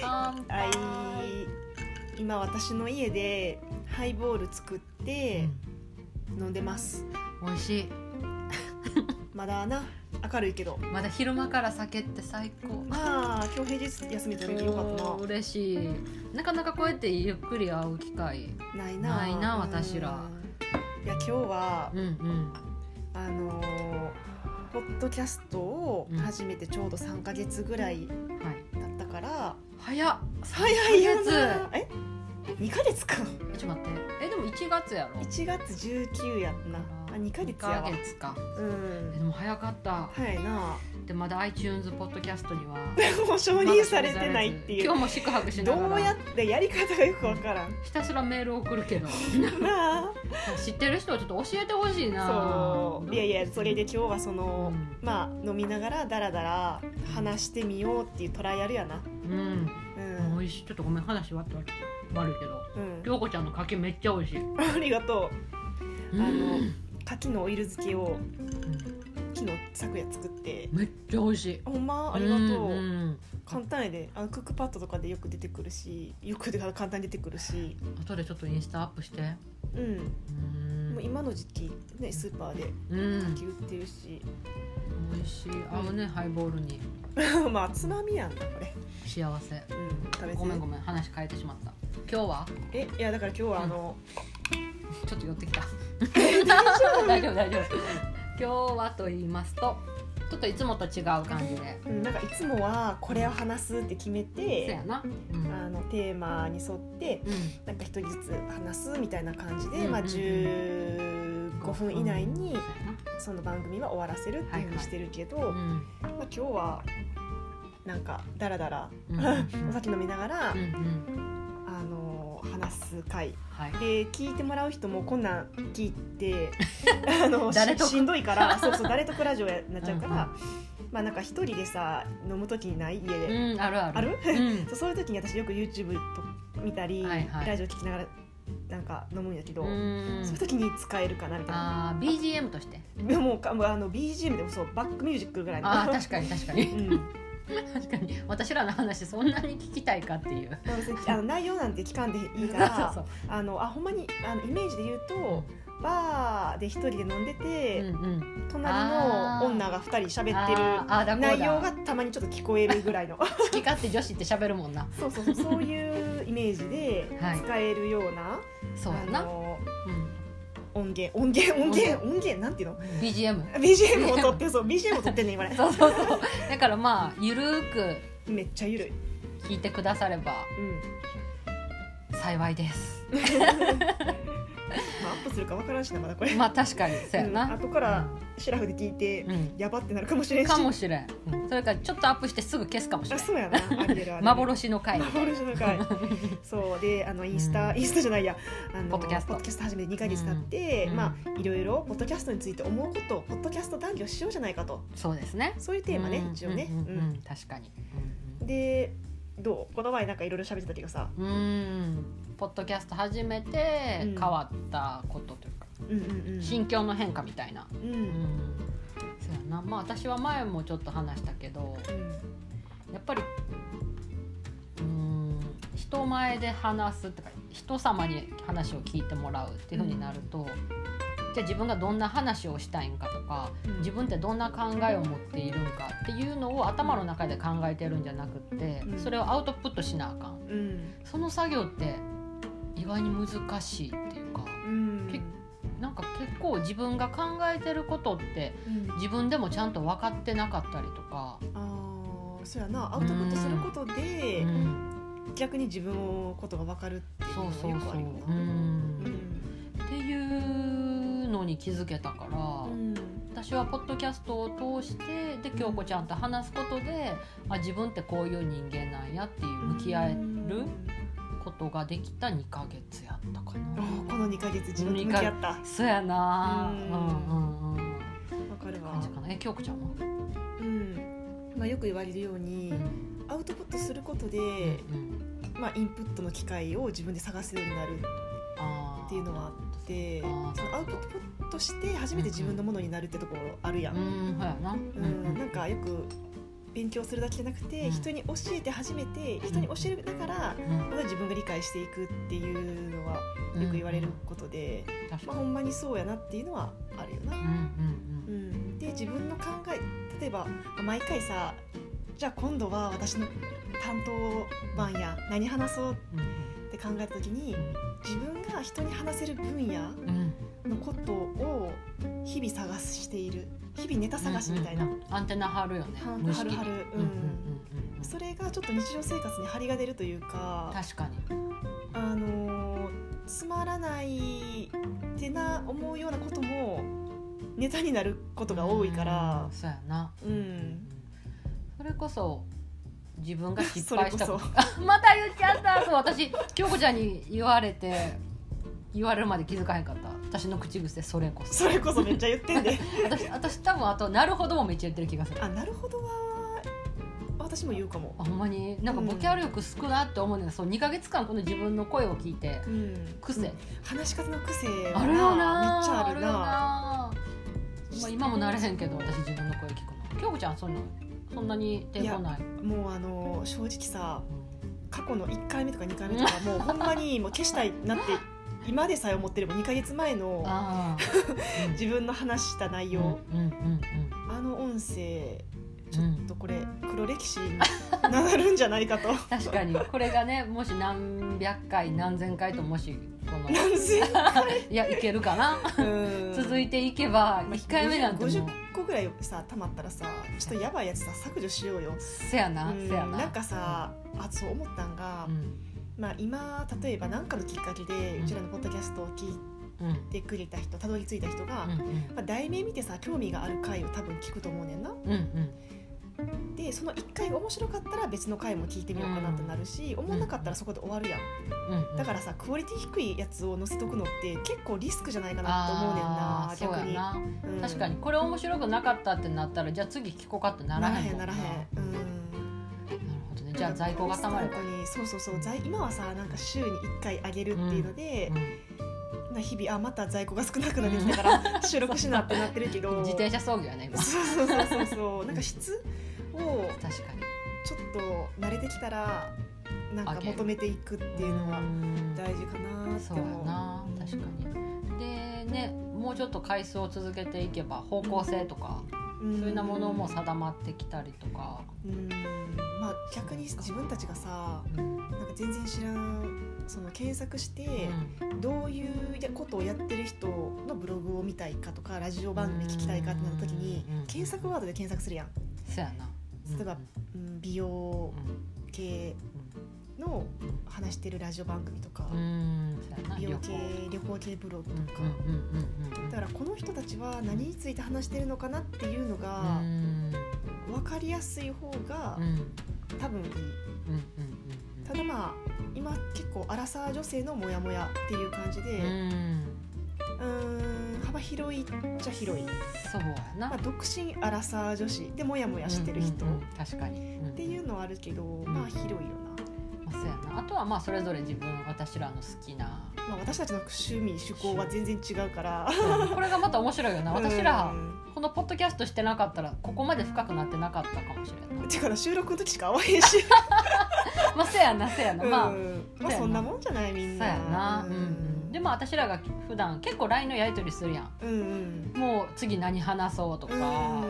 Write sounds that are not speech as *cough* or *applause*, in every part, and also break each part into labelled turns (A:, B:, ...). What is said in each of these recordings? A: 回今私の家でハイボール作って飲んでます、
B: うん美味しい
A: まだな明るいけど
B: まだ昼間から酒って最高
A: まあ今日平日休み取れてよかった
B: そう嬉しいなかなかこうやってゆっくり会う機会
A: なないな
B: ないな
A: うん
B: 私ら
A: いや今日は
B: うんうん
A: あのーポッドキャストを始めてちょうど3か月ぐら
B: は
A: い
B: い
A: だったから、
B: 早っ
A: 早いよ
B: 三ヶ
A: なえ2か月か
B: 月ちょっと待ってえでも1月やろ
A: 1月19やんなあ2か月やわ
B: 二ヶ月か
A: う
B: えで
A: ん
B: も早かった
A: 早いな
B: でまだ iTunes ポッドキャストには
A: もう承認されてないっていう
B: 今日も宿泊しながら
A: どうやってやり方がよくわからん
B: ひたすらメール送る
A: *laughs*
B: けど
A: な
B: 知ってる人はちょっと教えてほしいな
A: あそういやいやそれで今日はそうの、
B: ん
A: まあ飲みながらダラダラ話してみようっていうトライアルやな
B: うん
A: う
B: も
A: ん、
B: う
A: う
B: 美味しいちょっとごめん話割って悪いけど
A: ん、 *laughs*
B: 涼子ちゃんの柿めっちゃ美味しい
A: ありがと
B: あ
A: うあの牡蠣のオイル漬けを昨日昨夜作って
B: めっちゃ美味しい
A: ほんまありがと
B: ん
A: う
B: うん
A: 簡単やであのクックパッドとかでよく出てくるしよくで簡単に出てくるし
B: 後でちょっとインスタアップして
A: うん
B: うん
A: もう今の時期ねスーパーで
B: うん
A: 柿売ってるし、 *laughs*
B: 美味しい合うねハイボールに
A: まあつまみやんなこれ、
B: 幸せ
A: うん、食べて
B: ごめんごめん話変えてしまった今日は
A: えいやだから今日はあの、
B: ちょっと寄ってきた *laughs* 大丈夫大丈夫今日はと言いますとちょっといつもと違う感じで
A: うんなんかいつもはこれを話すって決め
B: そうや
A: て、
B: なう
A: あ
B: ん
A: のテーマに沿って
B: うん
A: なんか一人ずつ話すみたいな感じ
B: う
A: で、
B: んうんうん
A: まあ、15分以内
B: そ
A: に
B: うや
A: その番組は終わらせるっていうふうにしてるけど、
B: なうん
A: まあ、今日はなんかダラダラ
B: うん
A: *laughs* お酒飲みながら、
B: うんうん
A: あの話す回
B: はい
A: で聞いてもらう人もこんなん聞い
B: *laughs*
A: てあの
B: 誰
A: し
B: 得
A: しんどい
B: *laughs*
A: からそうそう誰とラジオになっちゃうからまあなんか一人でさ飲む時にない家で、
B: うんあるある
A: ある *laughs*
B: うん
A: そうそういう時に私よく YouTube と見たり、
B: はいはい
A: ラジオ聞きながらなんか飲むんやけど、
B: うん
A: そういう時に使えるかなみたいな
B: あー BGM として
A: でもかもうあの BGM でもそうバックミュージックぐらいの
B: あー確かに確かに
A: うん、
B: 確かに私らの話そんなに聞きたいかっていう
A: まあ別にあの内容なんて聞かんでいいから
B: *laughs* そう
A: あのあほんまにあのイメージで言う
B: そう
A: と、バーで一人で飲んでて、
B: うんうん、
A: 隣の女が2人喋って
B: あ
A: る
B: ーあーだこうだ
A: 内容がたまにちょっと聞こえるぐらいの
B: 好き勝手女子って喋るもんな
A: そうそうそうそういうイメージで
B: はい
A: 使えるような、
B: そうや
A: あ
B: な、
A: の
B: うん、
A: 音源音源音源音源なんていうの
B: BGM
A: BGM を撮ってそう BGM を撮ってんね今ね
B: そうそうそうだからまあゆるーく
A: めっちゃゆるい、
B: 聞いてくだされば
A: うん、
B: 幸いです
A: まあ、アップするかわからんしなまだこれ、
B: まあ確かにそうやな、
A: うん後からシラフで聞いて、
B: うん、
A: やばってなるかもしれんし
B: かもしれん、それからちょっとアップしてすぐ消すかもしれ
A: あ
B: ん
A: そうやなありえるありえる
B: 幻の回
A: 幻の回そうであのインスタ、
B: うん
A: インスタじゃないやあの
B: ポッドキャスト
A: 始めて2ヶ月経って、
B: うん
A: まあいろいろポッドキャストについて思うことをポッドキャスト談義をしようじゃないかと
B: そうですね
A: そういうテーマね、
B: うん
A: 一応ね、
B: うんうん
A: うん
B: うん確かに
A: でどうこの前なんかいろいろ喋ってたけどさ、
B: うん、うん、ポッドキャスト始めて
A: うん
B: 変わったことというか、
A: うんうんうん、
B: 心境の変化みたいな、
A: うん、う
B: うん
A: ん
B: そうやなまあ私は前もちょっと話したけどやっぱりうん人前で話すとか人様に話を聞いてもらうっていうふうになると、じゃあ自分がどんな話をしたいんかとか
A: うん
B: 自分ってどんな考えを持っているんかっていうのを頭の中で考えてるんじゃなくって、
A: うん
B: それをアウトプットしなあかん
A: うん
B: その作業って意外に難しいっていうか
A: うん
B: 結なんか結構自分が考えてることって
A: うん
B: 自分でもちゃんと分かってなかったりとか、
A: あーそうやなアウトプットすることで、
B: うん
A: 逆に自分のことが分かるっていう
B: そ
A: の
B: う
A: は
B: そう
A: よく
B: そ
A: あ
B: う、
A: る
B: う、
A: よな。うんん
B: っていうのに気づけたから、
A: うん
B: 私はポッドキャストを通してで京子ちゃんと話すことであ自分ってこういう人間なんやっていう向き合えることができた2ヶ月やったか
A: あ
B: な。
A: ーこの2ヶ月自分に向き合ったわ
B: そうやな
A: うん
B: うんうんうん
A: かる
B: 感
A: わ
B: じかなえ京子ちゃんは、
A: うんまあ、よく言われるように
B: うん
A: アウトプットすることで、
B: うん
A: まあ、インプットの機会を自分で探すようになる
B: あー
A: っていうのはあって
B: あー
A: そのアウトプットして初めて自分のものになるってところあるや、
B: うんんそうやな、う
A: うんなんかよく勉強するだけじゃなくて、
B: うん
A: 人に教えて初めて人に教えるだから、まだ自分が理解していくっていうのはよく言われることで、
B: 確
A: ま
B: か
A: あ、
B: に
A: ほんまにそうやなっていうのはあるよな。
B: うん
A: う
B: うん
A: ん、で自分の考え例えば毎回さじゃあ今度は私の担当番や何話そう
B: うん
A: って考えた時に自分が人に話せる分野
B: うんうん
A: のことを日々探している日々ネタ探しみたいな、
B: うんうんうんアンテナ張るよね
A: は
B: 無意
A: は
B: 識
A: る
B: に
A: はる、
B: う
A: うん
B: うん
A: ん、
B: うんうん
A: それがちょっと日常生活に張りが出るというか
B: 確かに
A: あのーつまらないってな思うようなこともネタになることが多いから
B: うん、そうやな
A: うん
B: それこそ自分が失
A: それ
B: 敗
A: こ
B: した
A: そ
B: こ。とまた言っちゃったそう私京子ちゃんに言われて言われるまで気づかへんかった私の口癖それこそ
A: それこそめっちゃ言って
B: *laughs*
A: んで
B: 私私多分あと「なるほど」もめっちゃ言ってる気がする
A: あなるほどは私も言うかも
B: あほんまになんかボキャ力少なって思うねんそう2か月間この自分の声を聞いて
A: うん
B: 癖、
A: 話し方の癖
B: あるよな
A: めっちゃあ
B: ある
A: るな
B: よなまあ、今も慣れへんけど私自分の声聞くの京子ちゃんそんなそんなに抵抗ない
A: もうあのー正直さ
B: う
A: 過去の1回目とか2回目
B: *laughs*
A: とかもうほんまにもう消したいなって今でさえ思ってれば2ヶ月前
B: ん
A: の
B: ああ
A: *laughs* 自分の話した内容、
B: うんうんうん
A: あの音声
B: うんうん
A: とこれ黒
B: *laughs*
A: 歴史になるんじゃないかと
B: 確かに *laughs* これがねもし何百回何千回ともしこの
A: なんせ
B: いやいけるかな
A: うん
B: 続いていけば
A: まあ
B: 1回目なんてもう
A: 50個ぐらいさたまったらさちょっとやばいやつさ削除しようよ、
B: せやな
A: うん
B: せやな
A: なんかさあそう思ったんが、
B: うん
A: まあ、今例えば何かのきっかけで
B: うん
A: うちらのポッドキャストを聞い
B: うん
A: てくれた人たどり着いた人が、
B: うんうん
A: まあ、題名見てさ興味がある回を多分聞くと思うねんな
B: うんうん
A: でその1回が面白かったら別の回も聞いてみようかなってなるし、思わなかったらそこで終わるやん、
B: うんうん
A: だからさクオリティ低いやつを載せとくのって結構リスクじゃないかなと思うねん
B: あ
A: な
B: ーそう
A: 逆
B: や
A: に、
B: な
A: うん
B: 確かにこれ面白くなかったってなったらじゃあ次聞こうかってならへんもん
A: ならへんならへんうん
B: なるほどねじゃあ在庫がたまるか
A: 本当にそうそうそう在今はさなんか週に1回あげるっていうので、な日々あまた在庫が少なくなってき
B: *laughs*
A: たから収録しなってなってるけど
B: うん自転車操業やね今
A: そうそうそうそうそうなんか質を
B: 確かに
A: ちょっと慣れてきたらなん
B: あ
A: か
B: げる
A: 求めていくっていうのは
B: うん
A: 大事かなって
B: そうや
A: 思う
B: な確かにでねもうちょっと回数を続けていけば方向性とか
A: うん
B: そういうようなものも定まってきたりとか、
A: うんまあ逆に自分たちがさ
B: うん
A: なんか全然知らんその検索して、どういうやことをやってる人のブログを見たいかとかラジオ番組聞きたいかってなった時に
B: うん
A: 検索ワードで検索するやん、
B: そうやな
A: 例えばうん、美容
B: う
A: 系の話してるラジオ番組とか、
B: んうんうんそうやな
A: 美
B: 旅行
A: 容系旅行系ブログとか、
B: うんうんうんうんうん
A: だからこの人たちは何について話してるのかなっていうのが
B: うん
A: 分かりやすい方が
B: うんうん
A: 多分いい
B: うんうんうん
A: ただまあ今結構アラサー女性のモヤモヤっていう感じで
B: う、ん
A: うーん幅広いっちゃ広い
B: そうやな、
A: まあ、独身アラサー女子でモヤモヤしてる人っ
B: うんうんうん確かに、うん
A: ていうのはあるけど、まあ広いよ
B: まあそうやなあとはまあそれぞれ自分私らの好きな *laughs*
A: な、まあ、私たちの趣味趣向は全然違うから
B: これがまた面白いよな私ら
A: うん
B: このポッドキャストしてなかったらここまで深くなってなかったかもし
A: *laughs*
B: れんない
A: てから収録の時しか会わへんし、
B: まあそうやなそうやな、 *laughs* まあ
A: う
B: そ
A: んまあそんなもんじゃないみん
B: う
A: な
B: やな、うんうん、でも私らが普段結構 LINE のやり取りするやん
A: うんうん
B: もう次何話そうとか、
A: う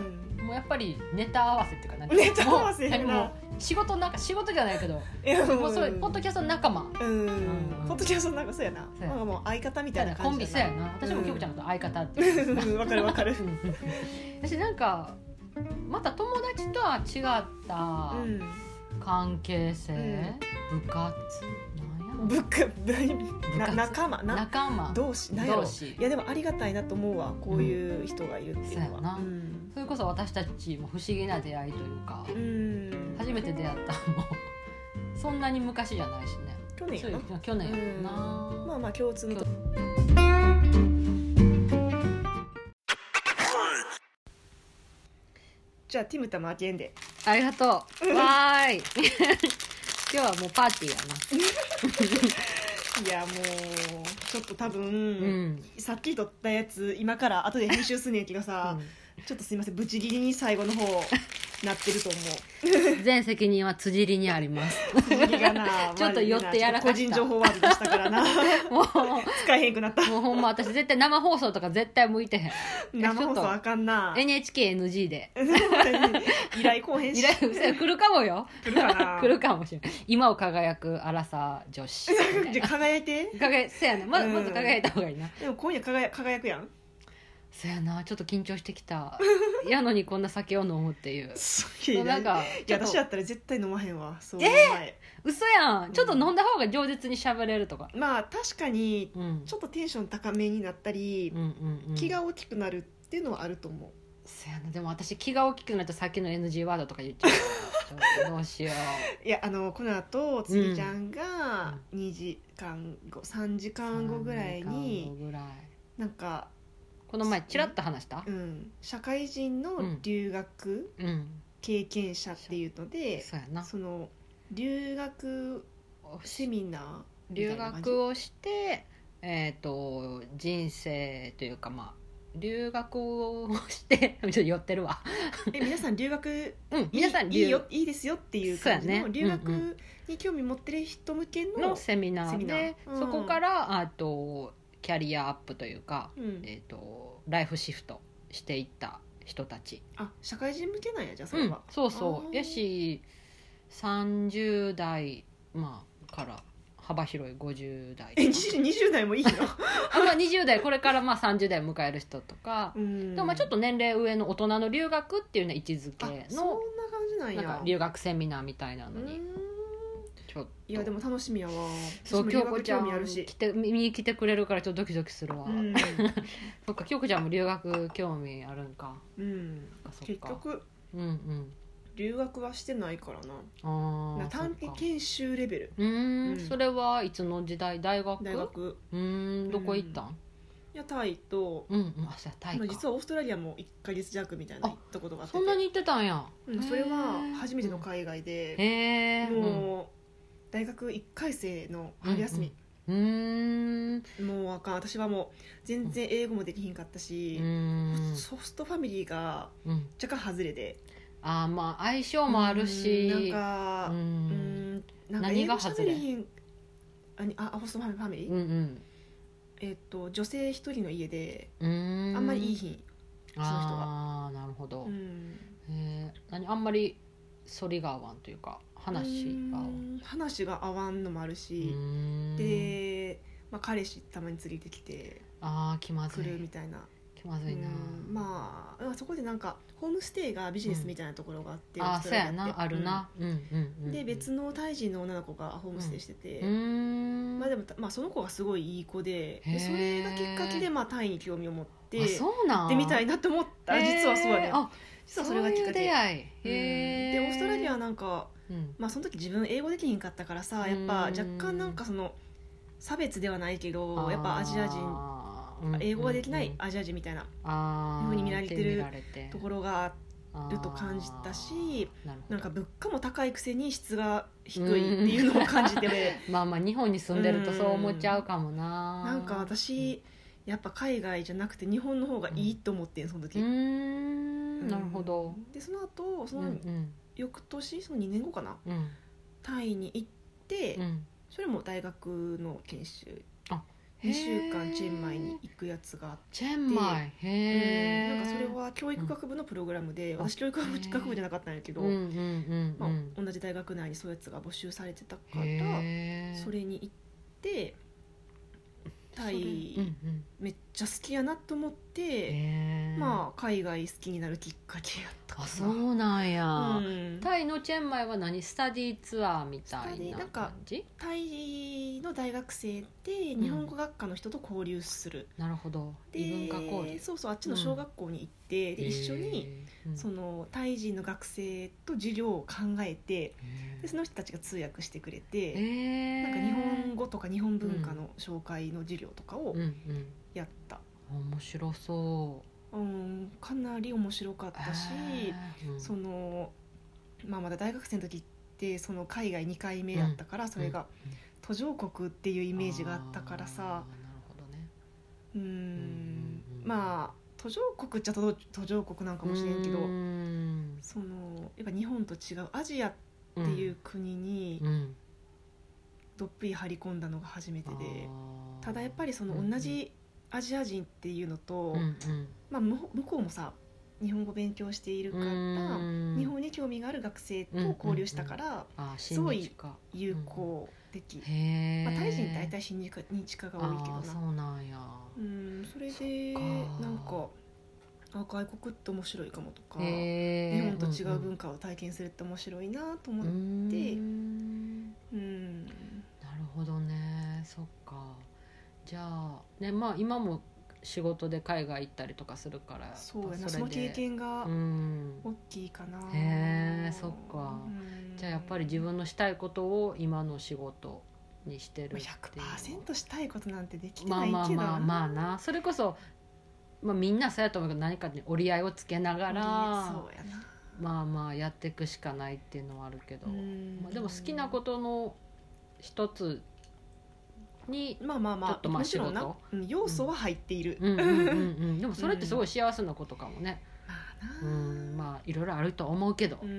A: ん
B: もうやっぱりネタ合わせっていうかなんか
A: ネタ合わせやな
B: もうもう仕事なんか仕事じゃないけど
A: いや
B: もうそういうポッドキャストの仲間み
A: うん、
B: うん
A: ポッドキャストなんかそうやな
B: そうやな
A: なんかもう相方みた
B: た
A: い
B: い
A: な
B: なコ
A: 感
B: ンビ
A: じ
B: そうやな私もきょこちゃんのこと相方っていう
A: な *laughs* うんわかるわか
B: *laughs*
A: る
B: 私なんかまた友達とは違った
A: うん
B: 関係性、部活なんや
A: 部下な仲間な
B: 仲間
A: 同士なんやろ
B: 同士
A: いやでもありがたいなと思うわこういう人がいるっていうの
B: そうや
A: は
B: な
A: うん、
B: それこそ私たちも不思議な出会いというか
A: うん
B: 初めて出会ったのも *laughs* そんなに昔じゃないしね
A: 去年
B: そ
A: や
B: う
A: な
B: いう去年やもんな、
A: まあまあ共通のとじゃあティムタも開けんで
B: ありがとうわ *laughs* ーい今日はもうパーティーや
A: いやもうちょっと多分、
B: なうん
A: さっき撮ったやつ今から後で編集すんねんけどさ、ちょっとすいませんブチギリに最後の方なってると思
B: *laughs* 全責任は辻りにあります。 *laughs*
A: うブチギリがな
B: ちょっと寄ってやらかした
A: 個人情報ワードでしたから
B: *laughs*
A: な
B: もう
A: 使えへんく
B: *laughs*
A: なった
B: もうほんま私絶対生放送とか絶対向いてへん
A: 生放送あかんな
B: NHKNG
A: *laughs*
B: で
A: 依頼こうへん
B: 依
A: し
B: *laughs* 頼来るかもよ
A: 来るかな
B: 来るかもしれない今を輝くアラサー女子
A: *laughs* じゃあ輝いて
B: 輝いせやなまず
A: うん
B: まず輝いた方がいいな、
A: でも今夜輝輝くやん
B: そやなちょっと緊張してき
A: *laughs*
B: たやのにこんな酒を飲むっていう
A: そういや
B: なんか
A: いや
B: ちょっ
A: 私
B: と
A: やったら絶対飲まへんわそう前
B: 嘘やんちょっと飲んだ方が饒舌に喋れるとか
A: まあ確かに
B: うん
A: ちょっとテンション高めになったり
B: うん、うんうん
A: 気が大きくなるっていうのはあると思う
B: そやなでも私気が大きくなるとさっきの NG ワードとか言っちゃ
A: *laughs*
B: うちょっとどうしよ
A: いやあのこの後つぎちゃんが2時間後3時
B: う
A: 間後ぐらい
B: 三時間
A: に
B: 後ぐらい
A: なんか、
B: この前ちらっと話した
A: うん、社会人の留学
B: うん
A: 経験者っていうので、
B: そうやな
A: その留学セミナ
B: *laughs*
A: ーみた
B: 留
A: いな感じ
B: 学をしてえっ、と人生というかまあ留学をして *laughs* ちょっと寄ってるわ
A: え皆さん留学
B: うん皆さん
A: いいいいよいいですよっていう感じの
B: そうやね
A: 留
B: うん
A: 学に興味持ってる人向けの
B: のセミナ
A: セ
B: ー
A: ミナー
B: で、
A: うん
B: そこからあとキャリアアップというか、
A: うん、
B: えー、とライフシフトしていった人たち、
A: あ社会人向けなんやじゃあそれ
B: うん
A: は、、
B: そうそ
A: あ
B: う
A: ー
B: やし30代、まあ、から幅広い50代
A: え 20, 20代
B: *laughs*
A: もいいの、
B: あ、まあ、20代これからまあ30代迎える人とか、
A: うん、
B: でもまあちょっと年齢上の大人の留学っていうような位置づ
A: あ
B: け
A: そんな
B: の
A: 感じなん
B: な
A: や
B: んか留学セミナーみたいな
A: う
B: の
A: ーん
B: にちょっと
A: いやでも楽しみやわ
B: そう
A: 私
B: 京
A: も留
B: 子
A: 学
B: ちゃ
A: 興
B: ん
A: 味あるし
B: 来て見に来てくれるからちょっとドキドキするわ、 *laughs*
A: うん、
B: そっか京子ちゃんも留学興味あるんか
A: うん、
B: そっかそっ
A: 結
B: か
A: 局
B: うんうん
A: 留学はしてないからな
B: ああ
A: な短期
B: う
A: 研修レベル
B: ー
A: うんん
B: それはいつの時代大学
A: 大学
B: うーんどこ行ったん
A: いやタイと、
B: うんうんあそうやタイ
A: ま
B: か
A: あ、実はオーストラリアも1か月弱みたいな
B: あ
A: 行ったことがあってて
B: そんなに行ってたんや
A: うん、それは初めての海外
B: へ
A: で、
B: えうん
A: もう大学1回生の春休み、
B: うーん
A: もうあかん私はもう全然英語もできひんかった
B: う
A: し、
B: ん
A: ソフトファミリーが
B: うん
A: 若干外れて
B: あーまあ相性もあるし
A: うんなん
B: う
A: かうんんなんか
B: 何
A: 英語
B: が
A: 喋
B: 外れ
A: りひんあにあホストファミリー、
B: うんうん
A: えっと女性一人の家で
B: うーん
A: あんまりいいひん、
B: あ
A: その人が
B: あーなるほど、
A: うん
B: えー何あんまり反りが合わんというか話が合わ
A: うんん話が合わんのもある
B: う
A: し、
B: ーん
A: で、まあ、彼氏たまに連れてきて
B: ああ気まず
A: くるみ
B: い
A: たいな
B: 気まずいな、
A: うんまあそこでなんかホームステイがビジネスみたいなところがあって、
B: あ
A: オ
B: あ
A: ース
B: そ
A: ト
B: う
A: ラリア
B: や
A: って
B: なあるな、うん、うんうんうん
A: で別のタイ人の女の子がホームステイしてて、
B: うーん
A: まあ、でも、まあ、その子がすごいいい子で
B: へー
A: でそれがきっかけで、まあ、タイに興味を持って
B: あ
A: 行
B: そうなん
A: ってみたいなと思った実はそうやね
B: へーあ
A: 実はそれがきっか
B: そういう出
A: け
B: 会いへえ、
A: うんでオーストラリアはなんか、
B: うん
A: まあ、その時自分英語できひんかったからさやっぱ若干なんかその差別ではないけどやっぱアジア人
B: あーうん
A: 英語ができな
B: うん
A: い
B: うん
A: アジア人みたいな
B: あー
A: ふうに見られてる
B: 見られて
A: ところがあって。
B: あ
A: ると感じたし
B: ーなるほ
A: なん
B: ど
A: か物価も高いくせに質が低いっていうのを感じて、
B: まあまあ日本に住んでるとそう思っちゃうかもな
A: *laughs* なんか私やっぱ海外じゃなくて日本の方がいいと思ってんその
B: う
A: 時、
B: ーんなるほど
A: でその後
B: う
A: そ
B: んう
A: の
B: ん
A: 翌年その2年後かな
B: うん
A: タイに行って、
B: うん
A: それも大学の研修
B: あ
A: 2週間チェンマイに行くやつがあって、
B: チェンマイへえ
A: うんなんかそれは教育学部のプログラムで、
B: うん
A: 私教育学部じゃなかったんやけど、
B: うんうんうん
A: ま
B: うん
A: あ、同じ大学内にそういうやつが募集されてたから、
B: へー
A: それに行ってタイ
B: うんうん
A: めっちゃ好きやなと思って、
B: へー
A: まあ海外好きになるきっかけやったか
B: あ
A: な
B: そうなんや、
A: うん
B: タイのチェンマイは何スタディツアーみた
A: スタデ
B: い
A: ィ
B: な
A: なんか
B: 感じ
A: タイの大学生で日本語学科の人と交流する、
B: なるほど
A: で
B: 異文化交流
A: そうそうあっちの小学校に行って、で一緒に、
B: へーうん
A: そのタイ人の学生と授業を考えてでその人たちが通訳してくれ
B: へ
A: て、
B: ー
A: なんか日本語とか日本文化の紹介の授業とかを
B: うんうん
A: やった、
B: 面白そう
A: うん、かなり面白かったし、
B: へーうん
A: その、まあ、まだ大学生の時ってその海外2回目だったから、それが
B: うん
A: 途上国っていうイメージがあったからさ、
B: あーなるほどね
A: うん
B: うんうん
A: まあ途上国っちゃ途途上国なんかもしれんけど
B: うん
A: そのやっぱ日本と違うアジアっていう国に
B: うん
A: どっぷり張り込んだのが初めてで
B: あー
A: ただやっぱりその同じアジア人っていうのと、
B: うんうん
A: まあ、向向こうもさ日本語勉強しているから
B: うん
A: 日本に興味がある学生と交流したから
B: あー
A: すごい
B: 親日家
A: 有効的、
B: へえ、
A: まあ、タイ人って大体親日家日家が多いけど
B: あー
A: な
B: そうなんや
A: うんそれで
B: そっか
A: なんかあ外国って面白いかもとか、
B: へ
A: 日
B: え
A: 本と違う文化を体験するって面白いなと思
B: う
A: っ
B: んう
A: て、
B: ん
A: っ
B: う
A: て
B: ん
A: うん
B: なるほどねそっかじゃあねまあ今も仕事で海外行ったりとかするから
A: そうや
B: や
A: な
B: っぱ
A: その経験が
B: うん
A: 大きいかな、
B: へーそっか
A: うん
B: じゃあやっぱり自分のしたいことを今の仕事にしてる
A: ま
B: っ
A: あ
B: ていう
A: 100%したいことなんてできて
B: ま
A: な
B: あ
A: いけど
B: ま
A: な
B: あまあまあなそれこそ、まあ、みんなそうやと思うけど何かに折り合いをつけながら
A: そうやな
B: まあまあやっていくしかないっていうのはあるけど、
A: うん
B: まあ、でも好きなことの一つに
A: まあまあまあ
B: ちょっとまあ
A: もちろんな
B: 仕事
A: うん要素は入っている、
B: うんうんうんうん、でもそれってすごい幸せなことかもね、
A: まあ
B: う
A: な、
B: ん、まあいろいろあるとは思うけど、
A: う
B: うんん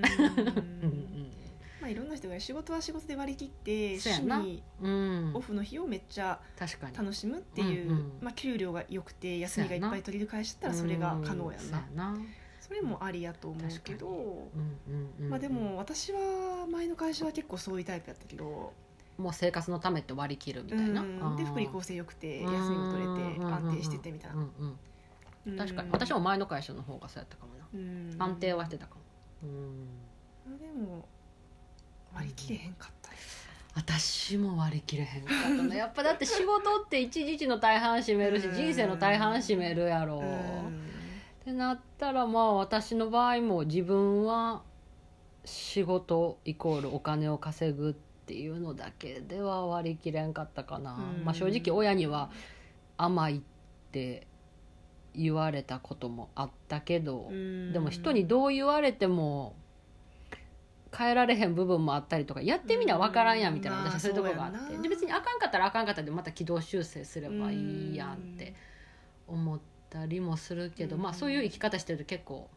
A: まあいろんな人が仕事は仕事で割り切って
B: そうや
A: 趣
B: な
A: 味
B: うんうん
A: オ、フの日をめっちゃ
B: 確かに
A: 楽しむっていう、
B: うんうん
A: まあ、給料が良くて休みがいっぱい取れる会社だったらそれが可能や
B: うんそう
A: な、
B: やな、
A: それもありやと思うけ
B: 確
A: ど、
B: うんうんうんうん
A: まあ、でも私は前の会社は結構そういうタイプだったけど、
B: もう生活のためって割り切るみたいな、
A: うん、で福利厚生良くて休みも取れて安定しててみたい
B: な、う
A: な、
B: んうん
A: うん
B: 確かに私も、前の会社の方がそうやったかもな、
A: うん
B: 安定はしてたかも、うん、
A: まあでも割り切れへんかったね
B: 私も割り切れへんかったなやっぱだって仕事って一日の大半占めるし
A: うん
B: 人生の大半占めるやろ、ってなったらまあ私の場合も自分は仕事イコールお金を稼ぐっていうのだけでは割り切れんかったかな、
A: うん
B: まあ正直親には甘いって言われたこともあったけど、
A: うん
B: でも人にどう言われても変えられへん部分もあったりとかやってみな分からんやんみたいな
A: うん
B: 私はそういうとこがあ
A: まあ
B: っ
A: そう
B: て
A: やな
B: で別にあかんかったらあかんかったでまた軌道修正すればいいやんって思ったりもするけど
A: うん
B: まあそういう生き方してると結構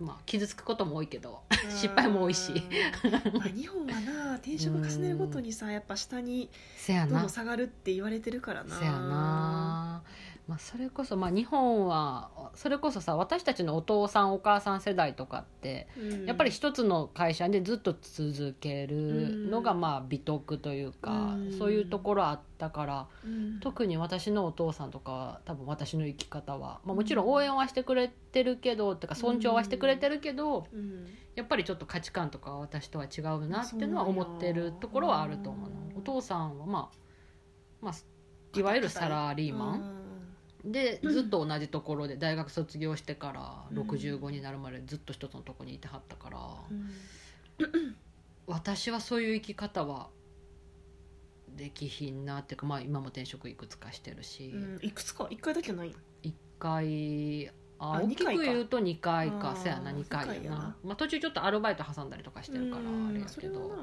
B: まあ傷つくことも多いけ
A: *laughs*
B: ど
A: うん
B: 失敗も多いし
A: うんまあ日本はな転職重ねるごとにさやっぱ下に
B: せや
A: どんど
B: なん
A: 下がるって言われてるからな
B: せやな、まあ、それこそまあ日本はそれこそさ私たちのお父さんお母さん世代とかって
A: うん
B: やっぱり一つの会社でずっと続けるのが
A: うん
B: まあ美徳というか、
A: うん
B: そういうところあったから
A: うん
B: 特に私のお父さんとかは多分私の生き方は、まあ、もちろん応援はしてくれてるけどとか尊重はしてくれてるけど、
A: うん
B: やっぱりちょっと価値観とかは私とは違うなっていうのは
A: そう
B: 思
A: なんや
B: ってるところはあると思うな
A: うん
B: お父さんはまあ、まあ、いわゆるサラリーマン、でずっと同じところで大学卒業してから65になるまでずっと一つのとこにいてはったから、
A: うん
B: 私はそういう生き方はできひんなっていうか、まあ、今も転職いくつかしてるし、
A: うんいくつか一回だけない
B: 1回あ
A: あ
B: 大
A: 二
B: き
A: 回か
B: く言うと2回か
A: あー
B: せやな2回やな
A: 二回やな
B: まあ、途中ちょっとアルバイト挟んだりとかしてるから
A: うん
B: あれや
A: そ
B: け
A: れは
B: ど。
A: まあま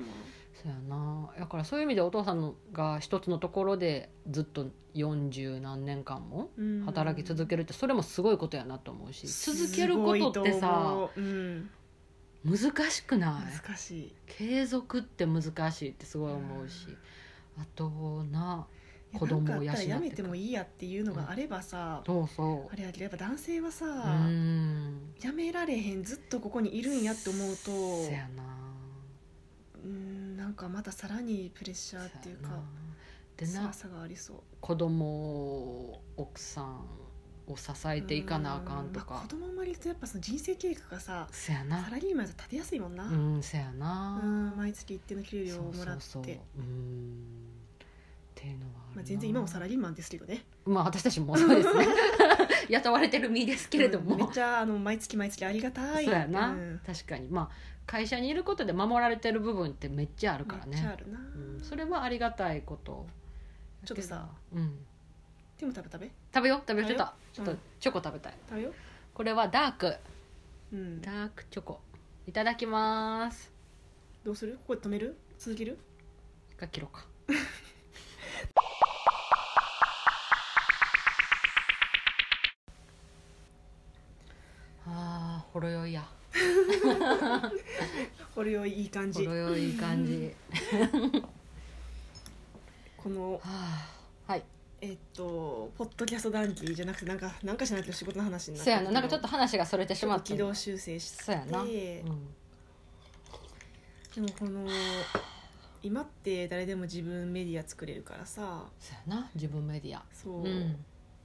B: そうやなだからそういう意味でお父さんのが一つのところでずっと40何年間も
A: あうん
B: 働き続けるってそれもすごいことやなと思うし続けることって
A: すご
B: さ
A: いと思ううん
B: 難しくない
A: 難しい
B: 継続って難しいってすごい思うしあとない
A: や
B: 子供を
A: なんかあったら
B: 養って
A: やめ
B: いく
A: てもいいやっていうのがあればさ、
B: そうそう
A: あれやけどやっぱ男性はさ、
B: うーん
A: やめられへんずっとここにいるんやって思うと
B: せやな
A: うんなんかまたさらにプレッシャーっていうか
B: せやなでな
A: 辛さがありそう
B: 子供奥さんを支えていかなあかんと
A: うまあ
B: か
A: 子供生まれるとやっぱその人生計画がさ
B: せやな
A: サラリーマンだと立てやすいもんな、
B: うんせやな
A: うん毎月一定の給料をもらって
B: そうそうそううんっていうのはあるな
A: まあ、全然今もサラリーマンですけどね
B: まあ私たちもそうですね *laughs* 雇われてる身ですけれども、
A: うんめっちゃあの毎月毎月ありがたい
B: そうやな、
A: うん
B: 確かにまあ会社にいることで守られてる部分ってめっちゃあるから
A: めっちゃあ
B: ね、
A: るな、
B: うん、それはありがたいこと
A: ちょっとさ、
B: うん、
A: でも食べ食べ
B: 食べよう食べようちょっとちょっ
A: 食べよう
B: とチョコ食べたい
A: 食べよ
B: これはダーク
A: う、うん、
B: ダークチョコいただきます
A: どうするここで止める続ける
B: 一回切ろうかほろ酔いや
A: これよいいい感
B: ほ
A: じ
B: ろ酔い感じ
A: この
B: はあはい
A: えっとポッドキャスト談義じゃなくてなんかなんかしないと仕事の話にな
B: そうやななんかちょっと
A: と
B: 話がそれてしまった
A: 軌道修正して
B: そうやな、うん、
A: でもこの今って誰でも自分メディア作れるからさ
B: そうやな自分メディア
A: そう、
B: うん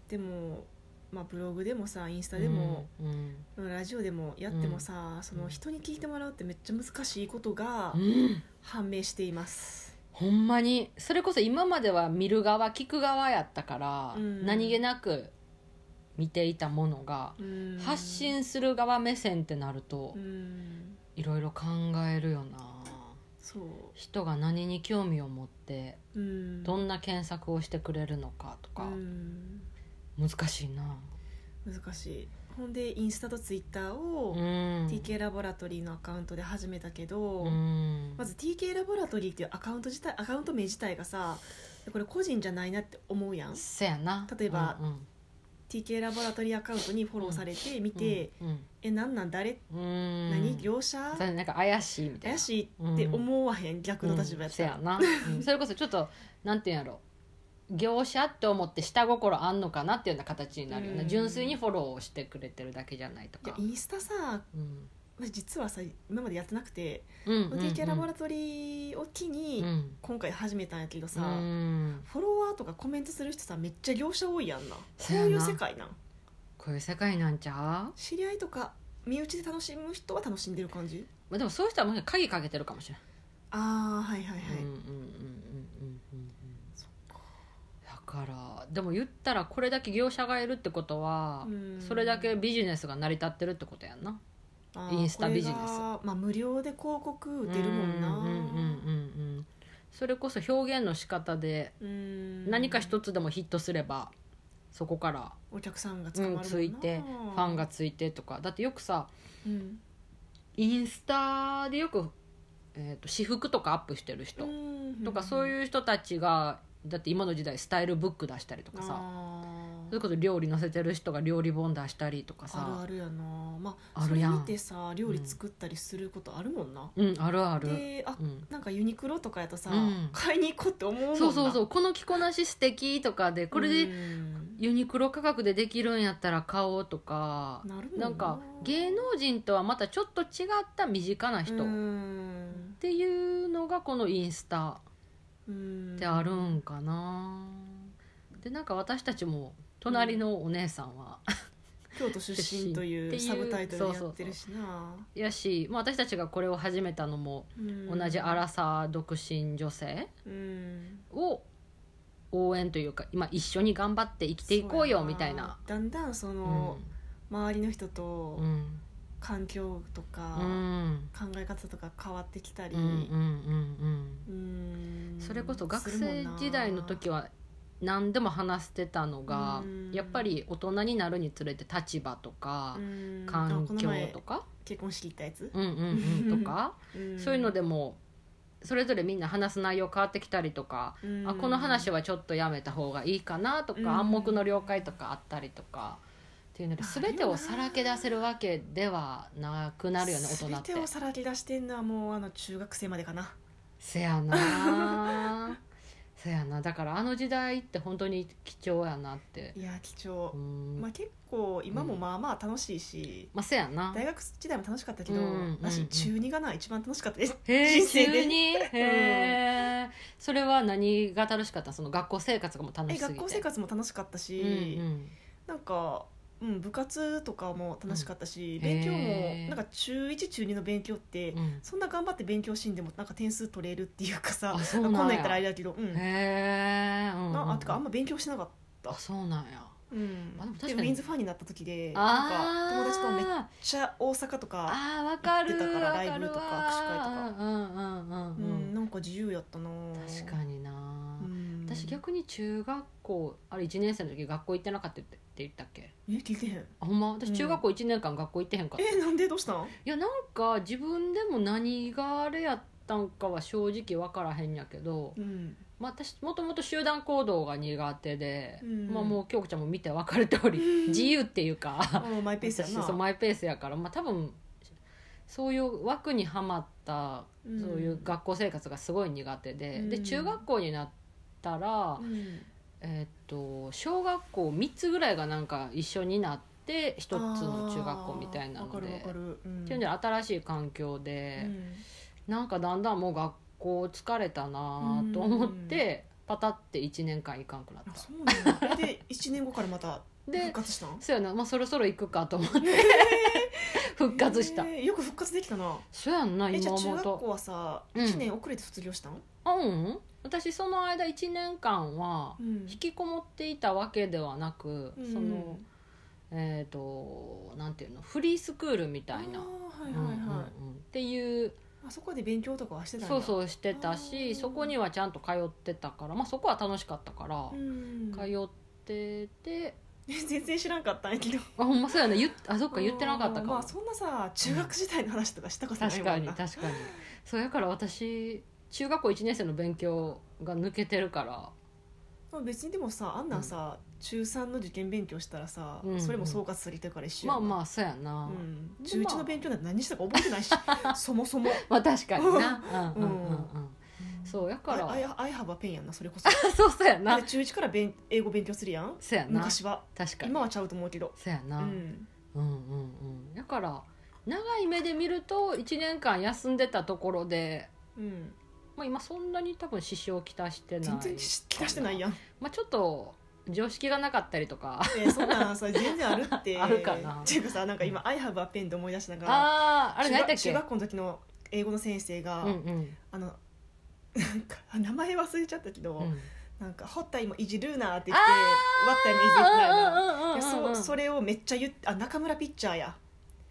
A: でも、まあ、ブログでもさインスタでも、
B: うん
A: ラジオでもやってもさ、その人に聞いてもらうってめっちゃ難しいことが
B: うん
A: 判明しています、
B: ほんまにそれこそ今までは見る側聞く側やったから、
A: うん
B: 何気なく見ていたものが、
A: うん
B: 発信する側目線ってなると
A: うん
B: いろいろ考えるよな
A: そう
B: 人が何に興味を持って
A: うん
B: どんな検索をしてくれるのかとか
A: う、ん
B: 難しいな
A: 難しいほんでインスタとツイッターを
B: うん
A: TK ラボラトリーのアカウントで始めたけど、
B: うん
A: まず TK ラボラトリーっていうアカウント自体アカウント名自体がさこれ個人じゃないなって思うやん
B: せやな
A: 例えば
B: うん
A: TK ラボラトリーアカウントにフォローされて見て、
B: うんうん
A: えなんなん誰、
B: うん
A: 何業者
B: それなんか怪しいみたいな
A: 怪しいって思わへん、逆の立場やったら、
B: うんせやな、うんそれこそちょっとなんていうんやろ業者って思って下心あんのかなっていうような形になるよね、
A: うん
B: 純粋にフォローをしてくれてるだけじゃないと
A: いや
B: か
A: インスタさ
B: うん
A: 私実はさ今までやってなくて、
B: うんうんうん
A: TK ラボラトリーを機に、
B: うん
A: 今回始めたんやけどさ、
B: うん
A: フォロワーとかコメントする人さめっちゃ業者多いやんな
B: そ
A: そう
B: うや
A: い
B: な
A: う世界なん
B: こういう世界なんちゃう
A: 知り合いとか身内で楽しむ人は楽しんでる感じ
B: まあ、でもそういう人はもしかしたら鍵かけてるかもしれない
A: ああはいはいはい、
B: うんうんうんうんうんうんだからでも言ったらこれだけ業者がいるってことは、
A: うん
B: それだけビジネスが成り立ってるってことやんな
A: あ
B: インスタビジネス
A: これがまあ、無料で広告打てるもんな
B: うんうんうんうんうんそれこそ表現の仕方で
A: うん
B: 何か一つでもヒットすればそこから、
A: お客さんが
B: う
A: 捕まる
B: ん
A: もんな、
B: ついてファンが、ついてとかだってよくさ
A: うん
B: インスタでよく、えー、と私服とかアップしてる人とかそう
A: う
B: いう人たちがだって今の時代スタイルブック出したりと
A: ん
B: かさ
A: あ
B: そ
A: ー
B: れこそ料理載せてる人が料理本出したりとか
A: ある
B: さ
A: あるやなまあ
B: あるやん
A: それ見てさ料理作ったりすることあるもんな、
B: うんあるある、
A: であ
B: うん、
A: なんかユニクロとかやとさ、
B: うん
A: 買いに行こうって思うもんな
B: そうそうそううこの着こなし素敵とかでこれで
A: ん
B: ユニクロ価格でできるんやったら買おうとか
A: なるもん
B: なんか芸能人とはまたちょっと違った身近な人
A: う
B: っ
A: ん
B: ていうのがこのインスタ
A: うん
B: であるんかなでなんか私たちも隣のお姉さんは、 *laughs*
A: 京都出身とい
B: 出身っていう
A: うサブタイトルでやってるしな
B: やし、まあ、私たちがこれを始めたのも同じアラサー独身女性
A: うん
B: を応援というか今一緒に頑張って生きていこうよ
A: そや
B: みたいな。
A: だんだんそうの
B: ん、
A: 周りの人
B: う
A: と
B: ん
A: 環境と
B: う
A: か
B: ん
A: 考え方とか変わってきたり
B: うんうんうんうん
A: うん
B: それこそ学
A: するもん
B: 生
A: な
B: 時代の時は何でも話してたのが
A: うん
B: やっぱり大人になるにつれて立場とか
A: うん
B: 環
A: あこの
B: 境
A: 前
B: とか
A: 結婚式行ったやつ
B: うんうんうんと
A: *laughs*
B: かそういうのでもそれぞれみんな話す内容変わってきたりとかあこの話
A: は
B: はちょっとやめた方がいいかなと
A: うん
B: か暗黙の了解とかあったりとかっていうので全てをさらけ出せるわけではなくなるよね大人って
A: 全てをさらけ出してんのはもうあの中学生までかな
B: せやな *laughs* せやなだからあの時代って本当に貴重やなって
A: いや貴重
B: うん
A: まあ、結構今もまあまあ楽しいし、
B: まあ、せやな
A: 大学時代も楽しかったけど、
B: うんうんうん
A: 私中二がな一番楽しかったです
B: へえ
A: 人生で
B: 中にへえそれは何が楽しかったその学校生活がもう楽
A: え
B: しすぎて
A: 学校生活も楽しかったし、
B: うん
A: なんか、うん、部活とかも楽しかったし、
B: ん
A: 勉強
B: へ
A: も
B: ー
A: なんか中1中2の勉強って、
B: うんうん
A: そんな頑張って勉強しんでもなんか点数取れるっていうかさ
B: あそう
A: こ
B: なんんや
A: なん言ったらあれだけど、うん
B: へえ、うんうん、
A: なあてかあんま勉強しなかった。
B: あそうなんや
A: うん
B: あでも確か
A: で
B: に
A: ウィンズファンになった時で
B: あ
A: なんか友達とめっ
B: あ
A: ちゃ大阪とか、
B: あーわかる
A: 行ってたから
B: わ
A: ライブとか
B: るわ
A: 握手会
B: うんうんうん
A: う
B: うん、
A: ん、なんか自由やったな
B: 確かにな、
A: うん
B: 私逆に中学校あれ1年生の時学校行ってなかったって言ったっけ
A: え聞いてへん
B: あほんま私
A: うん
B: 中学校1年間学校行ってへんかった、
A: えなんでどうしたん
B: いやなんか自分でも何があれやったんかは正直分からへんやけど、
A: うん
B: ままあ、私もともと集団行動が苦手で、
A: うん
B: まあ、もう京子ちゃんも見て分かれており自由っていうか
A: もうマイペースや
B: 私
A: な
B: そうマイペースやから、まあ、多分そういう枠にはまった
A: うん
B: そういう学校生活がすごい苦手で、
A: うん
B: で中学校になったら、
A: うん
B: えーっと小学校3つぐらいがなんか一緒になって1つの中学校みたいな
A: あー
B: ので。
A: わかるわかる、うん
B: っていうので新しい環境で。
A: うん
B: なんかだんだんもう学校疲れたなと思って、パタって1年間行かんくなっ
A: あ
B: た
A: そうなんだで1年後からまた復
B: で
A: 活したん
B: そうやな、まあ、そろそろ行くかと思って *laughs* 復活した、
A: えーよく復活できたな
B: そうやんな
A: えじゃ
B: 今
A: あ中
B: 思う
A: 学
B: と
A: 校はさ
B: うん
A: 1年遅れて卒業したん、
B: あうん私その間1年間は
A: うん
B: 引きこもっていたわけではなく、
A: うん
B: そのえっ、となんていうのフリースクールみたいな、
A: あーはい
B: うんうん
A: はいはい、
B: うんっていう
A: あそこで勉強とかはしてたんや
B: そうそうしてた
A: あー
B: しそこにはちゃんと通ってたから、まあ、そこは楽しかったから、
A: うん
B: 通ってて
A: *laughs* 全然知らんかったんやけど
B: あほんまそうやね言っあそっか言ってなかったか
A: うん
B: も、
A: まあそんなさ中学時代の話とかしたことない
B: 確
A: も
B: か
A: ん
B: に
A: な
B: 確かにそうやから私中学校1年生の勉強が抜けてるから
A: まあ別にでもさあんなんさ、中3の受験勉強したらさ、
B: うんうん
A: それも総括されてるから一緒
B: まあま
A: あ
B: あそうやな、
A: うん、
B: で
A: 中
B: ま
A: 1
B: あ
A: の勉強なんて何したか覚えてないしそもそも
B: まあ確かにな
A: *laughs* う
B: うんんうんうんうん *laughs* そうやから
A: ああい相幅ペンやんなそれこそ
B: *laughs* そうそうや
A: だっ
B: な
A: て中1から勉英語勉強するやん
B: そうやな
A: 昔は
B: 確かに
A: 今はちゃうと思うけど、
B: そうや
A: う
B: な、うん、
A: ん、
B: うんうんやから長い目で見ると1年間休んでたところで、
A: うん、
B: まあ、今そんなに多分支障をきたしてない
A: 全然聞かしてないやん、
B: まあ、ちょっと常識がなかったりとか
A: えーそんなんさ全然あるっ
B: *laughs*
A: て
B: あるかな
A: っていうかさなんか今「I have a pen」で思い出したのが
B: *laughs* ああーあれ何やったっけ
A: 中学校の時の英語の先生が、
B: うんうん
A: あのなんか名前忘れちゃったけど、
B: うん
A: なんか「ホッタイもいじるな」って言
B: あ
A: って「ワッタイもいじるな」いや
B: うんうんうんうんうん
A: そうそれをめっちゃ言ってあ中村ピッチャーや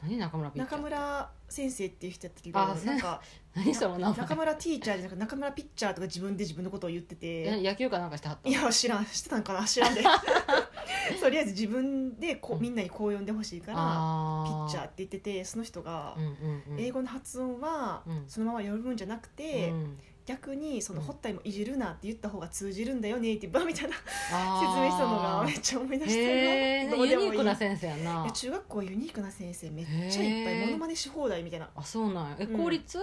B: 何中村ピッチャー
A: 中村先生っていう人やったけど
B: あ
A: なんか
B: *laughs* 何その名
A: 中
B: 前
A: 村ティーチャーじゃなくて中村ピッチャーとか自分で自分のことを言ってて
B: え野球かなんかしてはった
A: いや知らんしてたんかな知ら
B: *laughs*
A: んでとりあえず自分でこうみんなにこう呼んでほしいから
B: あ
A: ピッチャーっ
B: ー
A: て言っててその人が
B: うんうんうん
A: 英語の発音は
B: うん
A: そのまま呼ぶんじゃなくて、
B: うん
A: 逆にその「
B: うん
A: ほったいもいじるな」って言った方が通じるんだよねって *laughs* ばみたいな
B: あ
A: 説明したのが
B: ー
A: めっちゃ思い出した
B: へえ
A: どうで
B: ユ
A: もいい
B: ニークな先生やない
A: や中学校はユニークな先生めっちゃいっぱい
B: へー
A: モノマネし放題みたいな
B: あそうなんやえ
A: うん
B: 公立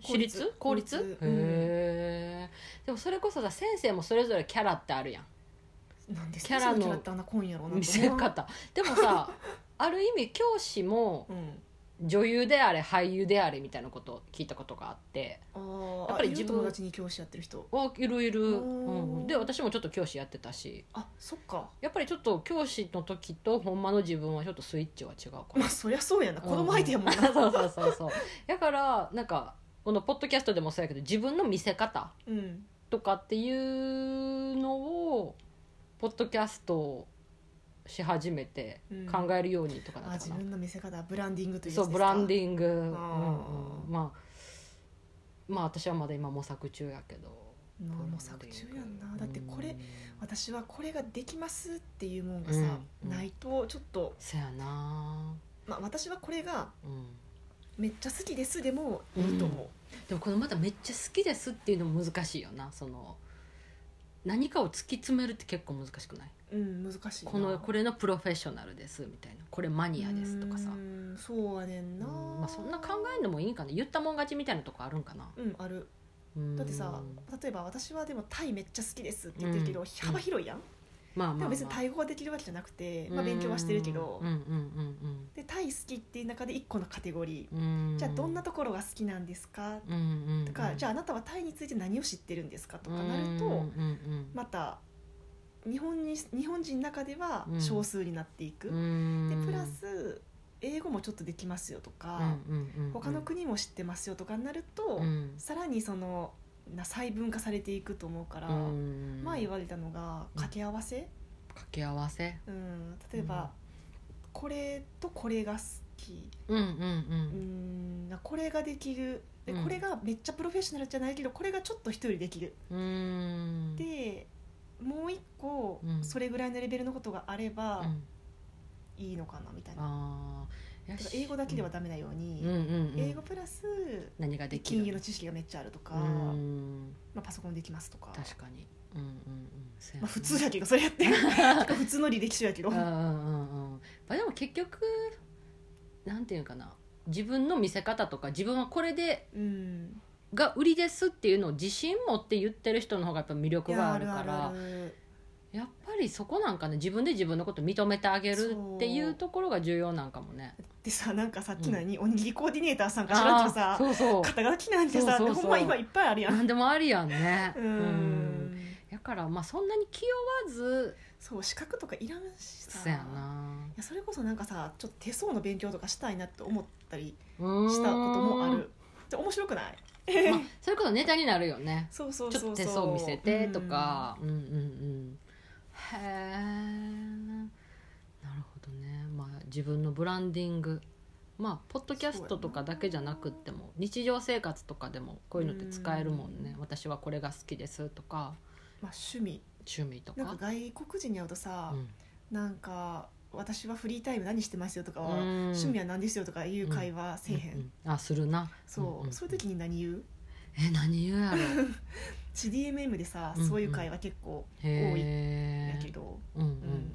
B: 私立
A: 公
B: 公
A: 立
B: 立
A: うん
B: へえでもそれこそさ先生もそれぞれキャラってあるやん
A: なんで
B: キャラの
A: キャラってあんな濃いんやろうな
B: 見せ方でも
A: *laughs*
B: さある意味教師も
A: うん
B: 女優であれ俳優であれみたいなことを聞いたことがあって
A: あー
B: やっぱり
A: あいる
B: 自分
A: 友達に教師やってる人
B: あいるいる、
A: おー
B: うん、で私もちょっと教師やってたし
A: あそっか
B: やっぱりちょっと教師の時とほんまの自分はちょっとスイッチは違うか
A: まあそりゃそうやな
B: ら
A: 子供相手やもん
B: うそう
A: な
B: そうそうそうだからなんかこのポッドキャストでもそうやけど自分の見せ方
A: うん
B: とかっていうのをポッドキャストをし始めて
A: うん
B: 考えるようにとか
A: あ
B: なった
A: 自
B: かな、
A: 分の見せ方ブランディングという
B: そうブランデ
A: ィ
B: ィ
A: ン
B: ング、うんうん
A: あー、
B: まあまあ私はまだ今模索中やけど
A: グ模索中やんなだってこ
B: う
A: れ
B: ん
A: 私はこれができますっていうもんがさ、
B: うん
A: ないとちょっと、
B: そやな
A: まあ、私はこれが
B: うん
A: めっちゃ好きですでもいいと思う、
B: でもこのまためっちゃ好きですっていうのも難しいよなその何かを突き詰めるって結構難しくない
A: うん、難しいな
B: このこれのプロフェッショナルですみたいなこれマニアですとかさ
A: うんそうやねんな、
B: うんまあ、そんな考えんでもいいんかな言ったもん勝ちみたいなとこあるんかな
A: うんある
B: うん
A: だってさ例えば私はでもタイめっちゃ好きですって言ってるけど、
B: うん
A: 幅広いやん、
B: まあまあ、まあ、
A: でも別にタイ語ができるわけじゃなくて、まあ、勉強はしてるけど、
B: うんうん
A: でタイ好きっていう中で1個のカテゴリ
B: うんうんう
A: ー
B: ん
A: じゃあどんなところが好きなんですか
B: うんうんうん
A: とか、じゃああなたはタイについて何を知ってるんですかとかなると、
B: うんうん
A: また日本に日本人の中では
B: うん
A: 少数になっていく、
B: うん
A: でプラス英語もちょっとできますよとか、
B: うんうんうん
A: 他の国も知ってますよとかになると、
B: うん
A: さらにそのな細分化されていくと思うから、
B: うん
A: 前言われたのが掛け合わせ、
B: 掛け合わせ
A: うん、例えば、これとこれが好き、
B: うんうん
A: う
B: うん
A: ん、なこれができるで
B: うん
A: これがめっちゃプロフェッショナルじゃないけどこれがちょっと一人できる。
B: うん
A: でもう一個、
B: うん
A: それぐらいのレベルのことがあれ
B: う
A: ば
B: ん
A: いいのかなみたいな。
B: あーよ
A: だから
B: し
A: 英語だけではダメなように、
B: うんうんうん
A: 英語プラス
B: 何ができ
A: 金融
B: る
A: の知識がめっちゃあるとか、
B: うん
A: まあ、パソコンできますとか
B: 確かにうんうんうんそうや
A: ま
B: な
A: あ、普通やけどそれやって *laughs* なんか普通の履歴書やけど
B: うんうんうんうんまあでも結局なんていうのかな自分の見せ方とか自分はこれで
A: うん
B: が売りですっていうのを自信持って言ってる人の方がやっぱ魅
A: い
B: 力
A: や
B: があるから
A: ある
B: やっぱりそこなんかね自分で自分のこと認めてあげるっていうところが重要なんかもね
A: でさなんかさっき何、おにぎりコーディネーターさんか知らんけど
B: あー
A: さ
B: そうそう
A: 肩書きなんてさ
B: そうそうそう
A: ほんま今いっぱいあるやん
B: 何でもありやんね
A: うん
B: だからまあそんなに気負わず
A: そう資格とかいらんしさ
B: そや
A: い
B: な
A: やそれこそなんかさちょっと手相の勉強とかしたいなって思ったり
B: し
A: したこともあるで面白くない
B: まあ、それこそネタになるよね
A: そうそう
B: ち
A: そ
B: ょ
A: う
B: っ
A: そ
B: と手
A: う
B: 相見せてとか、うん、うんうんへえなるほどね、まあ、自分のブランディングまあポッドキャストとかだけじゃなくっても日常生活とかでもこういうのって使えるもんね、私はこれが好きですとか
A: うんまあ、趣味
B: 趣味とか
A: なんか外国人に会うとさ、
B: うん
A: なんか私はフリータイム何してますよとかは、
B: うん
A: 趣味は何ですよとかいう会話せえへん、
B: うんうんあするな
A: そう、
B: んん
A: そういう時に何言う
B: え何言う
A: *laughs*
B: やろ
A: CDMM でさ、
B: うんうん
A: そういう会話結構多いや
B: へ
A: け
B: え
A: ど、
B: うんうんうん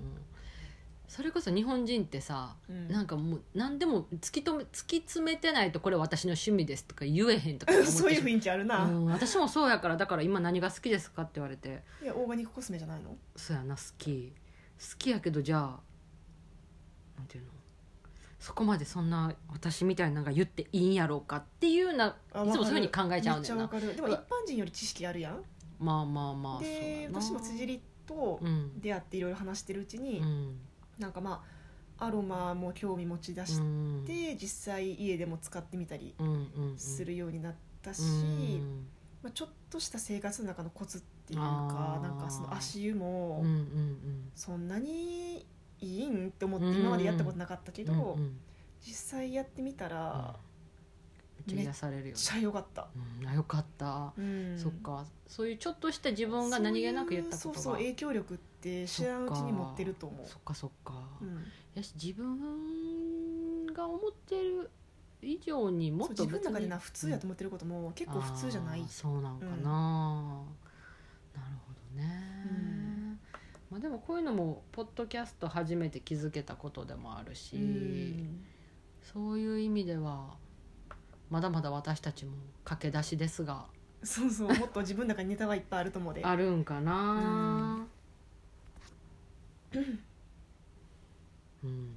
B: それこそ日本人ってさ
A: うん
B: なんかもう何でも突き止め突き詰めてないとこれ私の趣味ですとか言えへんとか思って
A: *laughs* そういう
B: し
A: 雰囲気ある
B: ま
A: な、
B: う、うん、私もそうやからだから今何が好きですかって言われて
A: いやオーガニックコスメじゃないの
B: そうやな好き好きやけどじゃあなんていうのそこまでそんな私みたいなのが言っていいんやろうかっていうような
A: あ
B: いつ
A: わ
B: も
A: か
B: そう
A: る
B: いうふうに考えちゃうんだよ
A: めっ
B: な
A: ちゃわかるでも
B: う
A: 一般
B: わ
A: 人より知識あるやん
B: まあまあまあそう
A: で
B: やな
A: 私も辻りと
B: うん
A: 出会っていろいろ話してるうちに、
B: うん
A: なんかまあアロマも興味持ち出し
B: うん
A: て、実際家でも使ってみたり
B: うんうんうん
A: するようになったし、
B: うん
A: まあ、ちょっとした生活の中のコツっていう
B: あ
A: か
B: ー
A: なんかその足湯
B: うん
A: も
B: うんうん
A: そんなにいいんって思って
B: うん
A: 今までやったことなかったけど、
B: うんうん
A: 実際やってみたら
B: めっちゃ癒されるよね
A: めっちゃ良かった、
B: うん、あよかった、
A: うん、
B: そっかそういうちょっとした自分が何気なく言ったことが
A: そういうそうそう影響力って知らんうちに持ってると思う
B: そっかそっか、
A: うん
B: よし自分が思ってる以上にも
A: そ
B: っ
A: う
B: と
A: 自分の中でな
B: 別に
A: 普通やと思ってることも結構普通じゃない
B: あーそうなんかな、なるほどね、
A: うん
B: まあ、でもこういうのもポッドキャスト初めて気づけたことでもあるし、
A: うん
B: そういう意味ではまだまだ私たちも駆け出しですが
A: そうそうもっと自分の中にネタはいっぱいあると思うで
B: あるんかな、うん